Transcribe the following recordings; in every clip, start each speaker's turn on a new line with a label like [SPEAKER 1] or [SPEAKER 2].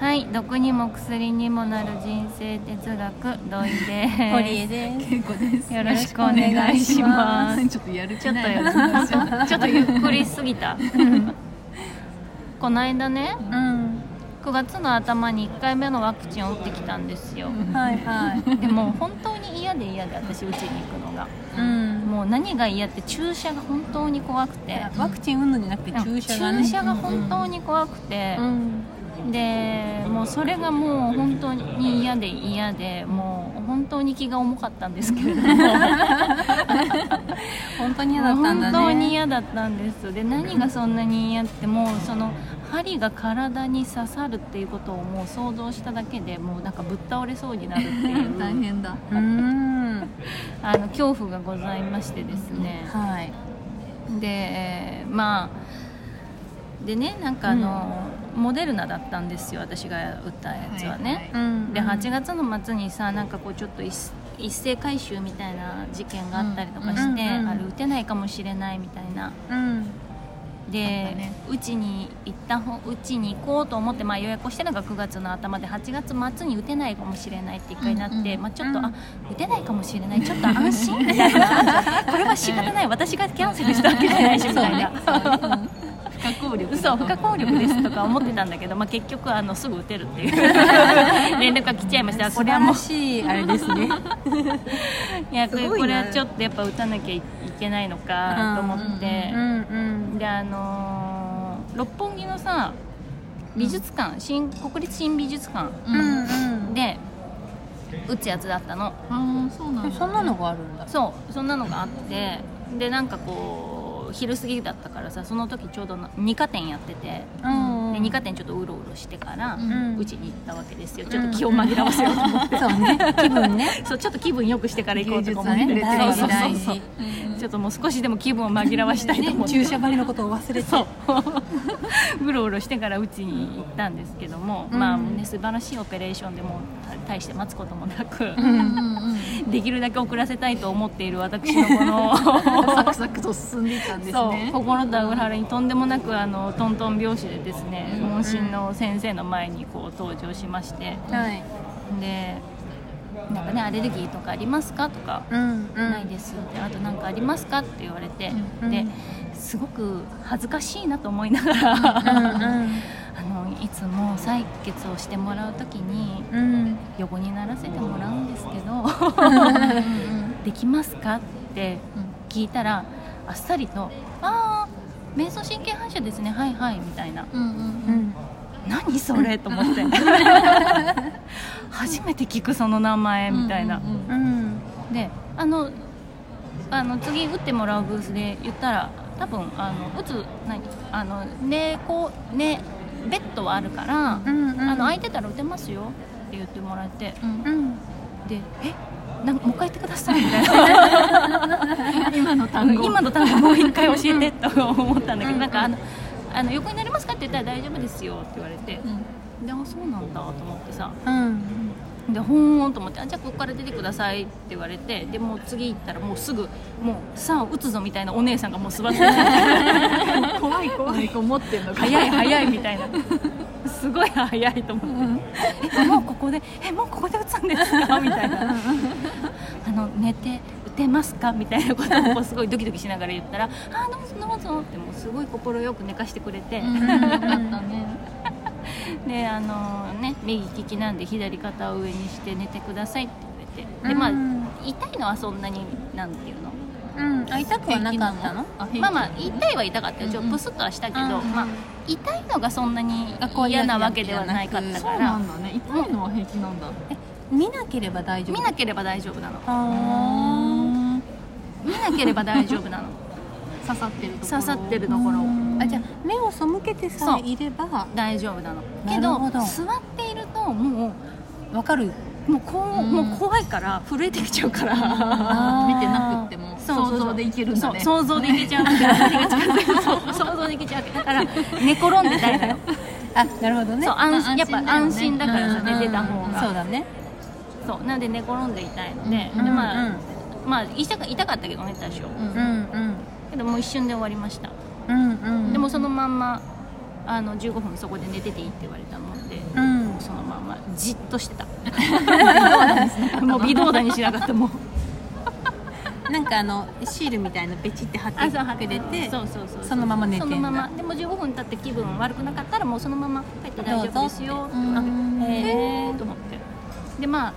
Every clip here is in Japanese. [SPEAKER 1] はい毒にも薬にもなる人生哲学土井です
[SPEAKER 2] 堀江です
[SPEAKER 3] 健康です。
[SPEAKER 1] よろしくお願いします
[SPEAKER 3] ちょっとやる気
[SPEAKER 1] ちょっと
[SPEAKER 3] ない
[SPEAKER 1] や
[SPEAKER 3] 話を
[SPEAKER 1] ちょっとゆっくりしすぎた この間ね
[SPEAKER 2] うん
[SPEAKER 1] 9月の頭に1回目のワクチンを打ってきたんですよ
[SPEAKER 2] はいはい
[SPEAKER 1] でも本当に嫌で嫌で私打ちに行くのが
[SPEAKER 2] うん
[SPEAKER 1] もう何が嫌って注射が本当に怖くて
[SPEAKER 2] ワクチンうんぬんじゃなくて注射がね
[SPEAKER 1] 注射が本当に怖くて、
[SPEAKER 2] うん
[SPEAKER 1] でもうそれがもう本当に嫌で嫌でもう本当に気が重かったんですけれども
[SPEAKER 2] 本当に嫌だったんだ
[SPEAKER 1] 本
[SPEAKER 2] ね
[SPEAKER 1] 当に嫌だったんですで何がそんなに嫌ってもうその針が体に刺さるっていうことをもう想像しただけでもうなんかぶっ倒れそうになるってい
[SPEAKER 3] 大
[SPEAKER 1] う
[SPEAKER 3] 変だ。
[SPEAKER 2] うん
[SPEAKER 1] あの恐怖がございましてですね
[SPEAKER 2] はい
[SPEAKER 1] でえーまあでねなんかあの、モデルナだったんですよ私が打ったやつはね、
[SPEAKER 3] はいはい
[SPEAKER 2] うん
[SPEAKER 1] で8月の末にさなんかこうちょっと一一斉回収みたいな事件があったりとかして、
[SPEAKER 2] うんうんうん
[SPEAKER 1] あれ打てないかもしれないみたいな
[SPEAKER 2] うん
[SPEAKER 1] で、
[SPEAKER 3] ね
[SPEAKER 1] うちに行ったほうちに行こうと思って、まあ、予約をしてるのが9月の頭で8月末に打てないかもしれないって1回なって、
[SPEAKER 3] うんうん
[SPEAKER 1] まあ、ちょっと、
[SPEAKER 2] うん
[SPEAKER 1] あ打てないかもしれないちょっと安心みたいなこれは仕方ない私がキャンセルしたわけじゃないしみたいな。
[SPEAKER 3] 不可抗力。
[SPEAKER 1] 嘘不可抗力ですとか思ってたんだけど、まあ、結局あのすぐ打てる っていう連絡が来ちゃいましたこ
[SPEAKER 2] 素
[SPEAKER 1] れは
[SPEAKER 2] 晴
[SPEAKER 1] もう
[SPEAKER 2] らしいあれですね
[SPEAKER 1] いやこれ
[SPEAKER 2] すごいね
[SPEAKER 1] これはちょっとやっぱ打たなきゃいけないのかと思って
[SPEAKER 2] う、んうん
[SPEAKER 1] であのー六本木のさ美術館新国立新美術館
[SPEAKER 2] うんうん
[SPEAKER 1] で打つやつだったの
[SPEAKER 3] ああ、そうなん
[SPEAKER 2] そん
[SPEAKER 3] だ。
[SPEAKER 2] なのがあるんだ
[SPEAKER 1] そうそんなのがあってでなんかこう昼過ぎだったからさその時ちょうど2課店やってて、
[SPEAKER 2] うん
[SPEAKER 1] で2課店ちょっとうろうろしてから、
[SPEAKER 3] う
[SPEAKER 1] うんちに行ったわけですよちょっと気を紛らわせようと思って、
[SPEAKER 2] そうね気分ね
[SPEAKER 1] そうちょっと気分良くしてから行こうとか思って、
[SPEAKER 2] 芸術はね
[SPEAKER 1] そうそう
[SPEAKER 2] 大
[SPEAKER 1] そうそ
[SPEAKER 2] 事
[SPEAKER 1] う
[SPEAKER 2] 大事
[SPEAKER 1] ちょっともう少しでも気分を紛らわしたいと思
[SPEAKER 2] ね
[SPEAKER 1] って、
[SPEAKER 2] 注射針のことを忘れて
[SPEAKER 1] そう うろうろしてからうちに行ったんですけども、
[SPEAKER 2] うん
[SPEAKER 1] まあね素晴らしいオペレーションでもう大して待つこともなく、
[SPEAKER 2] うん
[SPEAKER 1] できるだけ遅らせたいと思っている私のこの
[SPEAKER 3] サクサクと進んでいたんです
[SPEAKER 1] そう
[SPEAKER 3] ね。
[SPEAKER 1] 心と裏腹にとんでもなくあのトントン拍子でですね
[SPEAKER 3] うん
[SPEAKER 1] 問診の先生の前にこう登場しまして
[SPEAKER 2] はい
[SPEAKER 1] でなんかねアレルギーとかありますかとか
[SPEAKER 2] うんうん
[SPEAKER 1] ないですってあと何かありますかって言われて、
[SPEAKER 2] うん
[SPEAKER 1] ですごく恥ずかしいなと思いながら
[SPEAKER 2] うん
[SPEAKER 1] あのいつも採血をしてもらう時に
[SPEAKER 2] うんうん
[SPEAKER 1] 横にならせてもらうんですけど できますかって聞いたらあっさりと「ああ瞑想神経反射ですねはいはい」みたいな
[SPEAKER 3] うんうん
[SPEAKER 2] う。ん
[SPEAKER 1] 「何それ?」と 思って初めて聞くその名前みたいな。
[SPEAKER 2] うん
[SPEAKER 1] であのあの次打ってもらうブースで言ったら多分あの打つ何あのねこうねベッドはあるから、
[SPEAKER 2] うんうん
[SPEAKER 1] あの空いてたら打てますよって言ってもらって
[SPEAKER 2] うん
[SPEAKER 1] でえなんかもう一回言ってくだ さいみたいな
[SPEAKER 3] 今の単語。
[SPEAKER 1] 今の単語もう一回教えてと思ったんだけ
[SPEAKER 2] うん
[SPEAKER 1] ど
[SPEAKER 2] うん
[SPEAKER 1] なんかあのあの横になりますかって言ったら大丈夫ですよって言われて
[SPEAKER 3] うん。
[SPEAKER 1] であそうなんだと思ってさ
[SPEAKER 2] うん
[SPEAKER 1] でほーんと思ってあじゃあここから出てくださいって言われてでもう次行ったらもうすぐもうさあ打つぞみたいなお姉さんがもう座ってて
[SPEAKER 3] 怖い怖い。何か持ってんのか。
[SPEAKER 1] 早い早いみたいなすごい早いと思って、えもうここでえもうここで打つんですかみたいなあの寝て打てますかみたいなことをこうすごいドキドキしながら言ったらあどうぞどうぞってもうすごい快く寝かしてくれて、
[SPEAKER 3] よかったね。
[SPEAKER 1] であのね右利きなんで左肩を上にして寝てくださいって言われてでまあ、
[SPEAKER 2] うん
[SPEAKER 1] 痛いのはそんなになんていうの
[SPEAKER 2] うんあ痛くはなかったの
[SPEAKER 3] あ、平気
[SPEAKER 1] まあまあ痛いは痛かったよちょっとプスッとはしたけど、
[SPEAKER 2] うんうん
[SPEAKER 1] まあ、痛いのがそんなに
[SPEAKER 2] あこういう
[SPEAKER 1] 嫌なわけではないかった
[SPEAKER 3] そう
[SPEAKER 1] か
[SPEAKER 3] な
[SPEAKER 1] ら
[SPEAKER 3] んだね。痛いのは平気なんだ。
[SPEAKER 2] 見なければ大丈夫
[SPEAKER 1] 見なければ大丈夫なの
[SPEAKER 2] あ
[SPEAKER 1] 見なければ大丈夫なの
[SPEAKER 3] 刺さってるところ。
[SPEAKER 1] 刺さってるところ
[SPEAKER 2] ーあじゃあ目を背けてさ
[SPEAKER 1] そう
[SPEAKER 2] えいれば
[SPEAKER 1] 大丈夫なの
[SPEAKER 2] な
[SPEAKER 1] け
[SPEAKER 2] る
[SPEAKER 1] ど
[SPEAKER 2] ほ
[SPEAKER 1] 座
[SPEAKER 2] ど
[SPEAKER 1] っているとも
[SPEAKER 2] わかる
[SPEAKER 1] うもうこう
[SPEAKER 3] うん
[SPEAKER 1] もう怖いから震えてきちゃうから
[SPEAKER 2] あー
[SPEAKER 3] 見てなくっても
[SPEAKER 1] そうそうそ
[SPEAKER 3] 想
[SPEAKER 1] う
[SPEAKER 3] 像でいけるんだ
[SPEAKER 1] そう
[SPEAKER 3] ね。
[SPEAKER 1] 想像できちゃうわけ何が近づいてそう想像できちゃうわけだから寝転んでたいのよ
[SPEAKER 2] あなるほどね
[SPEAKER 1] そう安心やっぱ安
[SPEAKER 3] 安
[SPEAKER 1] 心
[SPEAKER 3] 心
[SPEAKER 1] だ
[SPEAKER 3] だ
[SPEAKER 1] か
[SPEAKER 3] よね
[SPEAKER 1] らさ、
[SPEAKER 3] うんうん
[SPEAKER 1] 寝てた方が
[SPEAKER 2] そうだね
[SPEAKER 1] そうなんで寝転んでいたいので,、
[SPEAKER 3] うん
[SPEAKER 1] でまあ、
[SPEAKER 2] うん
[SPEAKER 1] まあ痛か痛かったけどね多少
[SPEAKER 3] うん
[SPEAKER 2] う。んうん
[SPEAKER 1] けどもう一瞬で終わりました、
[SPEAKER 2] うんうん
[SPEAKER 1] でもそのまんまあの15分そこで寝てていいって言われたもんで
[SPEAKER 2] うん
[SPEAKER 1] もうそのままじっとしてた もう微動だにしなかったもう
[SPEAKER 2] なんかあのシールみたいなペチって貼ってくれて
[SPEAKER 1] そうそうそう
[SPEAKER 2] そのまま寝てん
[SPEAKER 1] そ
[SPEAKER 2] だ
[SPEAKER 1] のままでも15分経って気分悪くなかったらもうそのまま帰って大丈夫ですよ
[SPEAKER 2] どうぞってうん
[SPEAKER 1] あへえと思ってでまあ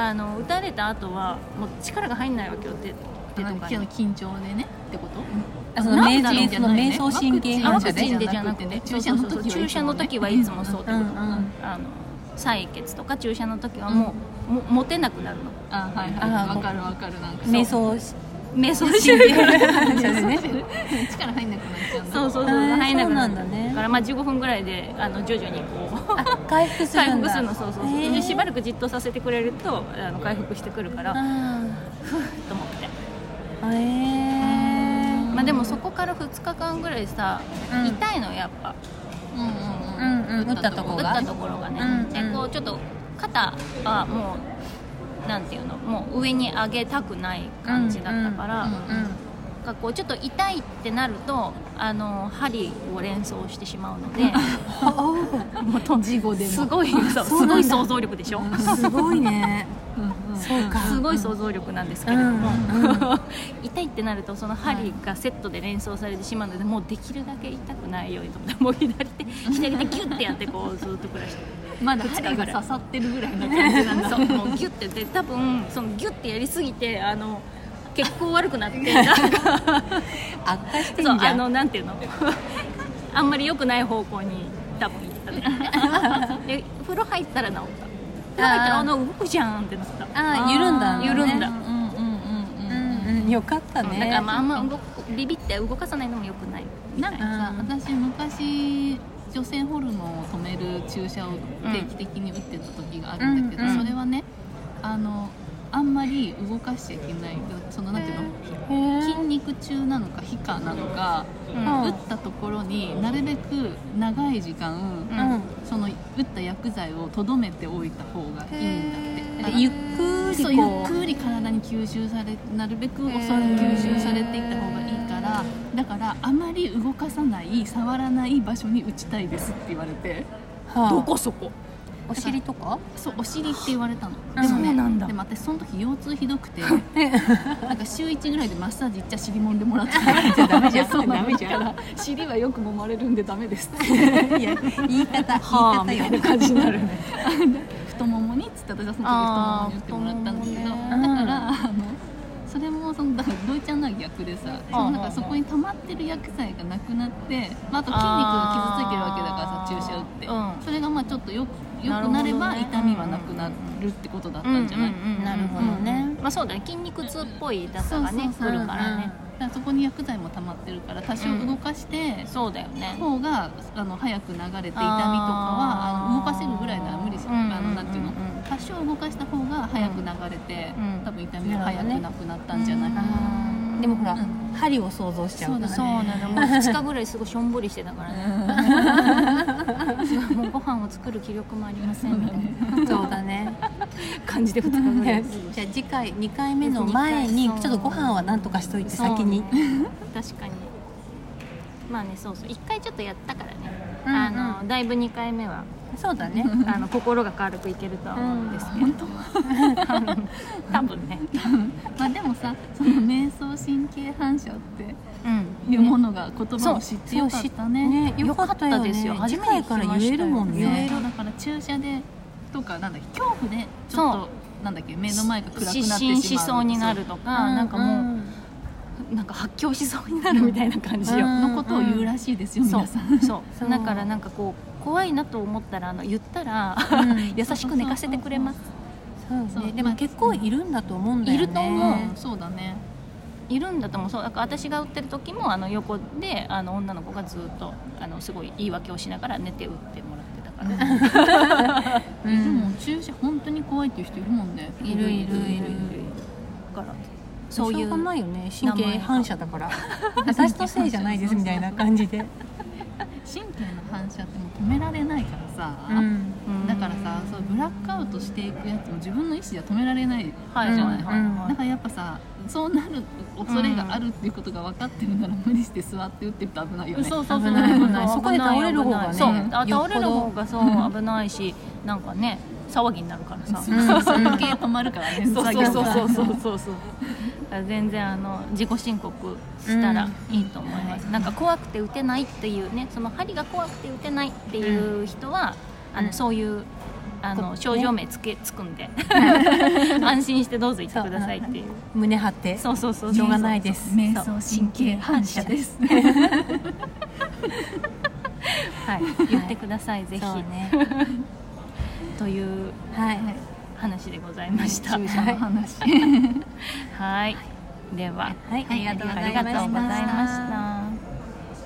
[SPEAKER 1] あの打たれた後はもう力が入んないわけよ手手とかに
[SPEAKER 3] 緊張でねってこと
[SPEAKER 2] あその
[SPEAKER 1] なん
[SPEAKER 2] 瞑
[SPEAKER 1] だろう
[SPEAKER 2] 想その瞑想神経
[SPEAKER 1] あ
[SPEAKER 2] 反
[SPEAKER 1] ワ
[SPEAKER 2] 射
[SPEAKER 1] クチ
[SPEAKER 2] で
[SPEAKER 1] ンでじゃなくてね
[SPEAKER 3] 注射の時
[SPEAKER 1] そう
[SPEAKER 3] は
[SPEAKER 1] そうそう注射の時はいつもそうってこと、
[SPEAKER 2] うんうん
[SPEAKER 1] あの採血とか注射の時はもう、も持てなくな るの
[SPEAKER 3] あはい
[SPEAKER 2] あ
[SPEAKER 3] はいわかるわかるなんかそう
[SPEAKER 2] 瞑想し
[SPEAKER 1] 瞑想神経
[SPEAKER 2] 反射でね
[SPEAKER 3] 力入んなくなっちゃうん だ
[SPEAKER 1] そうそうそう
[SPEAKER 2] あー
[SPEAKER 1] 入らなくな
[SPEAKER 2] そうなんだ
[SPEAKER 1] る
[SPEAKER 2] ね
[SPEAKER 1] だからまあ15分ぐらいであの徐々にこう
[SPEAKER 2] あ回復す
[SPEAKER 1] 回
[SPEAKER 2] るん
[SPEAKER 1] 復
[SPEAKER 2] だ
[SPEAKER 1] するのそうそうそう
[SPEAKER 2] へー
[SPEAKER 1] でしばらくじっとさせてくれるとあの回復してくるからふ
[SPEAKER 2] あ
[SPEAKER 1] っと思って、
[SPEAKER 2] ーへー
[SPEAKER 1] まあ、でもそこから2日間ぐらいさ、
[SPEAKER 2] うん
[SPEAKER 1] 痛いのやっぱ
[SPEAKER 3] うんうん
[SPEAKER 2] うんうん打ったとこ
[SPEAKER 1] 打っ
[SPEAKER 2] が
[SPEAKER 1] たところがね、
[SPEAKER 2] うんうん
[SPEAKER 1] でこうちょっと肩はもうなんていうのもう上に上げたくない感じだったから、
[SPEAKER 3] うんう
[SPEAKER 2] う
[SPEAKER 3] ん
[SPEAKER 2] ん
[SPEAKER 1] なんかこうちょっと痛いってなるとあの針を連想してしまうの でもうとん
[SPEAKER 3] 事後でも
[SPEAKER 1] すごいそう
[SPEAKER 2] そう
[SPEAKER 1] す
[SPEAKER 2] なんだ
[SPEAKER 1] ごい想像力でしょ、
[SPEAKER 2] すごいね
[SPEAKER 3] うんうん
[SPEAKER 2] そうか
[SPEAKER 1] すごい想
[SPEAKER 2] 像
[SPEAKER 1] 像力なんですけれども、
[SPEAKER 2] うんうん
[SPEAKER 1] 痛いってなるとその針がセットで連想されてしまうのでもうできるだけ痛くないようにと思ってもう左手左手ギュッてやってこうずっと暮らして
[SPEAKER 3] まだ針が刺さってるぐらいな感じなんだ
[SPEAKER 1] そうもうギュッてで多分そのギュッてやりすぎてあの血行悪くな ってなんか
[SPEAKER 2] 悪化してんじ
[SPEAKER 1] そ
[SPEAKER 2] ゃ
[SPEAKER 1] うんあのなんていうのあんまり良くない方向に多分行った ねで風呂入ったら治った風呂入ったら
[SPEAKER 2] あー
[SPEAKER 1] あの動くじゃんってなった
[SPEAKER 2] あー緩んだ
[SPEAKER 1] あ
[SPEAKER 2] の
[SPEAKER 1] ー
[SPEAKER 2] ね
[SPEAKER 1] 緩んだ
[SPEAKER 3] うんうんうん
[SPEAKER 2] う
[SPEAKER 3] うん
[SPEAKER 2] んうんよかったね
[SPEAKER 1] だからまああんま動くビビって動かさないのも良くないみた
[SPEAKER 3] ないん
[SPEAKER 1] な
[SPEAKER 3] かさ、
[SPEAKER 2] うん
[SPEAKER 3] 私昔女性ホルモンを止める注射を定期的に打ってた時があるんだけど、
[SPEAKER 2] うんうん
[SPEAKER 3] それはねあのあんまり動かしちゃいけないそのなんていうの
[SPEAKER 2] へー
[SPEAKER 3] 筋肉中なのか皮下なのか、
[SPEAKER 1] うん
[SPEAKER 3] 打ったところになるべく長い時間、
[SPEAKER 1] うん
[SPEAKER 3] その打った薬剤をとどめておいた方がいいんだって。
[SPEAKER 2] でゆっく
[SPEAKER 3] そう
[SPEAKER 2] り
[SPEAKER 3] ゆっ
[SPEAKER 2] こう
[SPEAKER 3] くり体に吸収されなるべく遅く
[SPEAKER 2] へー
[SPEAKER 3] 吸収されていった方がいいからだからあまり動かさない触らない場所に打ちたいですって言われて
[SPEAKER 2] はあ
[SPEAKER 1] どこそこ
[SPEAKER 2] お尻とか
[SPEAKER 3] そうお尻って言われたの
[SPEAKER 2] うん
[SPEAKER 3] でも
[SPEAKER 1] そうなんだ
[SPEAKER 3] でも私その時腰痛ひ どくてなんか週1ぐらいでマッサージ行っちゃ尻もんでもらった
[SPEAKER 2] じゃ あダメじゃん
[SPEAKER 3] そうな
[SPEAKER 2] ダメ
[SPEAKER 3] の
[SPEAKER 2] じ
[SPEAKER 3] だ
[SPEAKER 2] ゃん
[SPEAKER 3] から尻はよく揉まれるんでダメですっ て
[SPEAKER 2] いや言い 方
[SPEAKER 1] はあ
[SPEAKER 2] 言
[SPEAKER 1] み
[SPEAKER 2] い
[SPEAKER 1] たいな感
[SPEAKER 2] 方よ
[SPEAKER 1] じになるね
[SPEAKER 3] 太ももにっつって私はその時太ももに打ってもらったんだけど、
[SPEAKER 1] あー
[SPEAKER 2] 太ももね
[SPEAKER 3] だから、あのそれもそのだからドイちゃんのは逆でさそのなんかそこに溜まってる薬剤がなくなって、まあ、あと筋肉が傷ついてるわけだからさ注射打って、
[SPEAKER 1] うん
[SPEAKER 3] それがまあちょっとよくよ
[SPEAKER 1] なる
[SPEAKER 3] く
[SPEAKER 1] ほど
[SPEAKER 3] な
[SPEAKER 1] ね
[SPEAKER 3] れば痛みはなくなるってことだったんじゃない、
[SPEAKER 2] なるほどね
[SPEAKER 1] まあそうだね筋肉痛っぽい痛さがね
[SPEAKER 3] そうそうそう
[SPEAKER 1] くるからね
[SPEAKER 3] だからそこに薬剤も溜まってるから多少動かして、
[SPEAKER 1] そうだよね
[SPEAKER 3] 方があの早く流れて痛みとかは
[SPEAKER 1] あー
[SPEAKER 3] あの動かせるぐらいなら無理じゃん、あ
[SPEAKER 1] うんうんうんう
[SPEAKER 3] の
[SPEAKER 1] ん
[SPEAKER 3] なんていうの多少動かした方が早く流れて、
[SPEAKER 1] うん
[SPEAKER 3] 多分痛みが早くなくなったんじゃないかな、
[SPEAKER 2] く でもほら
[SPEAKER 3] うん
[SPEAKER 2] 針を想像しちゃうからね
[SPEAKER 1] そうなのもう2日ぐらいすごいしょんぼりしてたからね もうご飯を作る気力もありませんみたい
[SPEAKER 2] そうだ ね
[SPEAKER 1] な感じで2日ぐらい
[SPEAKER 2] じゃあ次回2回目の前
[SPEAKER 1] 二
[SPEAKER 2] にちょ
[SPEAKER 1] 回
[SPEAKER 2] っとご飯はなんとかしといて
[SPEAKER 1] そう
[SPEAKER 2] 先に
[SPEAKER 1] 確かにまあねそうそう1回ちょっとやったからね、
[SPEAKER 2] うんうん
[SPEAKER 1] あのだいぶ2回目は
[SPEAKER 2] そうだね
[SPEAKER 1] あの心が軽くいけるとは思うん ですけど、 多分ね、
[SPEAKER 3] まあでもさその瞑想神経反射って
[SPEAKER 1] うん、
[SPEAKER 3] いうものが言葉を知ってよか
[SPEAKER 2] そう
[SPEAKER 3] ったね
[SPEAKER 2] よかったよ
[SPEAKER 1] よかったですよ
[SPEAKER 2] ね
[SPEAKER 1] 初
[SPEAKER 2] 次
[SPEAKER 1] めて
[SPEAKER 2] 回
[SPEAKER 1] 聞きました
[SPEAKER 2] か
[SPEAKER 1] よ
[SPEAKER 2] ら言えるもん
[SPEAKER 3] いろい
[SPEAKER 2] ね
[SPEAKER 3] ろだから注射でとかなんだっけ恐怖でちょっ
[SPEAKER 1] そ
[SPEAKER 3] となんだっけ目の前が暗くなってしまう
[SPEAKER 1] 失神しそうになるとか、なんかもう、なんか発狂しそうになるみたいな感じよ、
[SPEAKER 2] うん
[SPEAKER 3] のことを言うらしいですよ、
[SPEAKER 1] そう
[SPEAKER 3] 皆さん
[SPEAKER 1] そう
[SPEAKER 2] そう
[SPEAKER 1] だからなんかこう怖いなと思ったらあの言ったら
[SPEAKER 2] うん
[SPEAKER 1] 優しく寝かせてくれます
[SPEAKER 2] そう
[SPEAKER 3] そ
[SPEAKER 2] ね
[SPEAKER 3] う
[SPEAKER 2] でも結構いるんだと思うんだよね
[SPEAKER 1] いると思
[SPEAKER 3] うんそうだね
[SPEAKER 1] いるんだと思うそうだから私が打ってる時もあの横であの女の子がずっとあのすごい言い訳をしながら寝て打ってもらってたから、
[SPEAKER 2] う
[SPEAKER 3] でも
[SPEAKER 2] ん
[SPEAKER 3] 注射本当に怖いっていう人いるもんね
[SPEAKER 2] いるいるいる
[SPEAKER 1] だから
[SPEAKER 2] そ
[SPEAKER 1] そうう
[SPEAKER 2] い
[SPEAKER 1] いうう
[SPEAKER 2] がないよね神経反射だから私のせいじゃないですみたいな感じで、
[SPEAKER 3] 神経の反射ってもう止められないからさ、
[SPEAKER 2] うん
[SPEAKER 1] うん
[SPEAKER 3] だからさそそうブラックアウトしていくやつも自分の意思じゃ止められないじゃ
[SPEAKER 1] はい
[SPEAKER 3] ない、
[SPEAKER 1] はいはい
[SPEAKER 2] うん
[SPEAKER 1] は
[SPEAKER 3] だ
[SPEAKER 1] い
[SPEAKER 3] からやっぱさそうなる恐れがあるっていうことが分かってるなら無理して座って打ってると危ないよね、
[SPEAKER 1] そうそうそう
[SPEAKER 2] 危ない危ない
[SPEAKER 1] そう
[SPEAKER 2] そこで倒れる方がね
[SPEAKER 1] そう
[SPEAKER 2] うん
[SPEAKER 1] あ倒れる方がそう危ないしなんかね騒ぎになるからさ
[SPEAKER 3] そうそうそう時計止まるからね
[SPEAKER 1] そう
[SPEAKER 3] 作
[SPEAKER 1] そう
[SPEAKER 3] 業
[SPEAKER 1] そう
[SPEAKER 3] が
[SPEAKER 1] そうそうそうそうだから全然あの自己申告したらいいと思います、なんか怖くて打てないっていうねその針が怖くて打てないっていう人は、あ
[SPEAKER 2] う
[SPEAKER 1] の
[SPEAKER 2] ん
[SPEAKER 1] そういうあ
[SPEAKER 2] こ
[SPEAKER 1] の
[SPEAKER 2] ね
[SPEAKER 1] 症状名つけつくんで安心してどうぞ行ってくださいっていう
[SPEAKER 2] 胸張って
[SPEAKER 1] そうそうそう
[SPEAKER 2] しょうがないです
[SPEAKER 3] 瞑想神経反射です
[SPEAKER 1] はい言ってくださいぜひ、
[SPEAKER 2] そうね
[SPEAKER 1] という
[SPEAKER 2] はい
[SPEAKER 1] 話でございました
[SPEAKER 3] 注射の話
[SPEAKER 1] はいでは
[SPEAKER 2] はいありがとうございました
[SPEAKER 1] ありがとうございました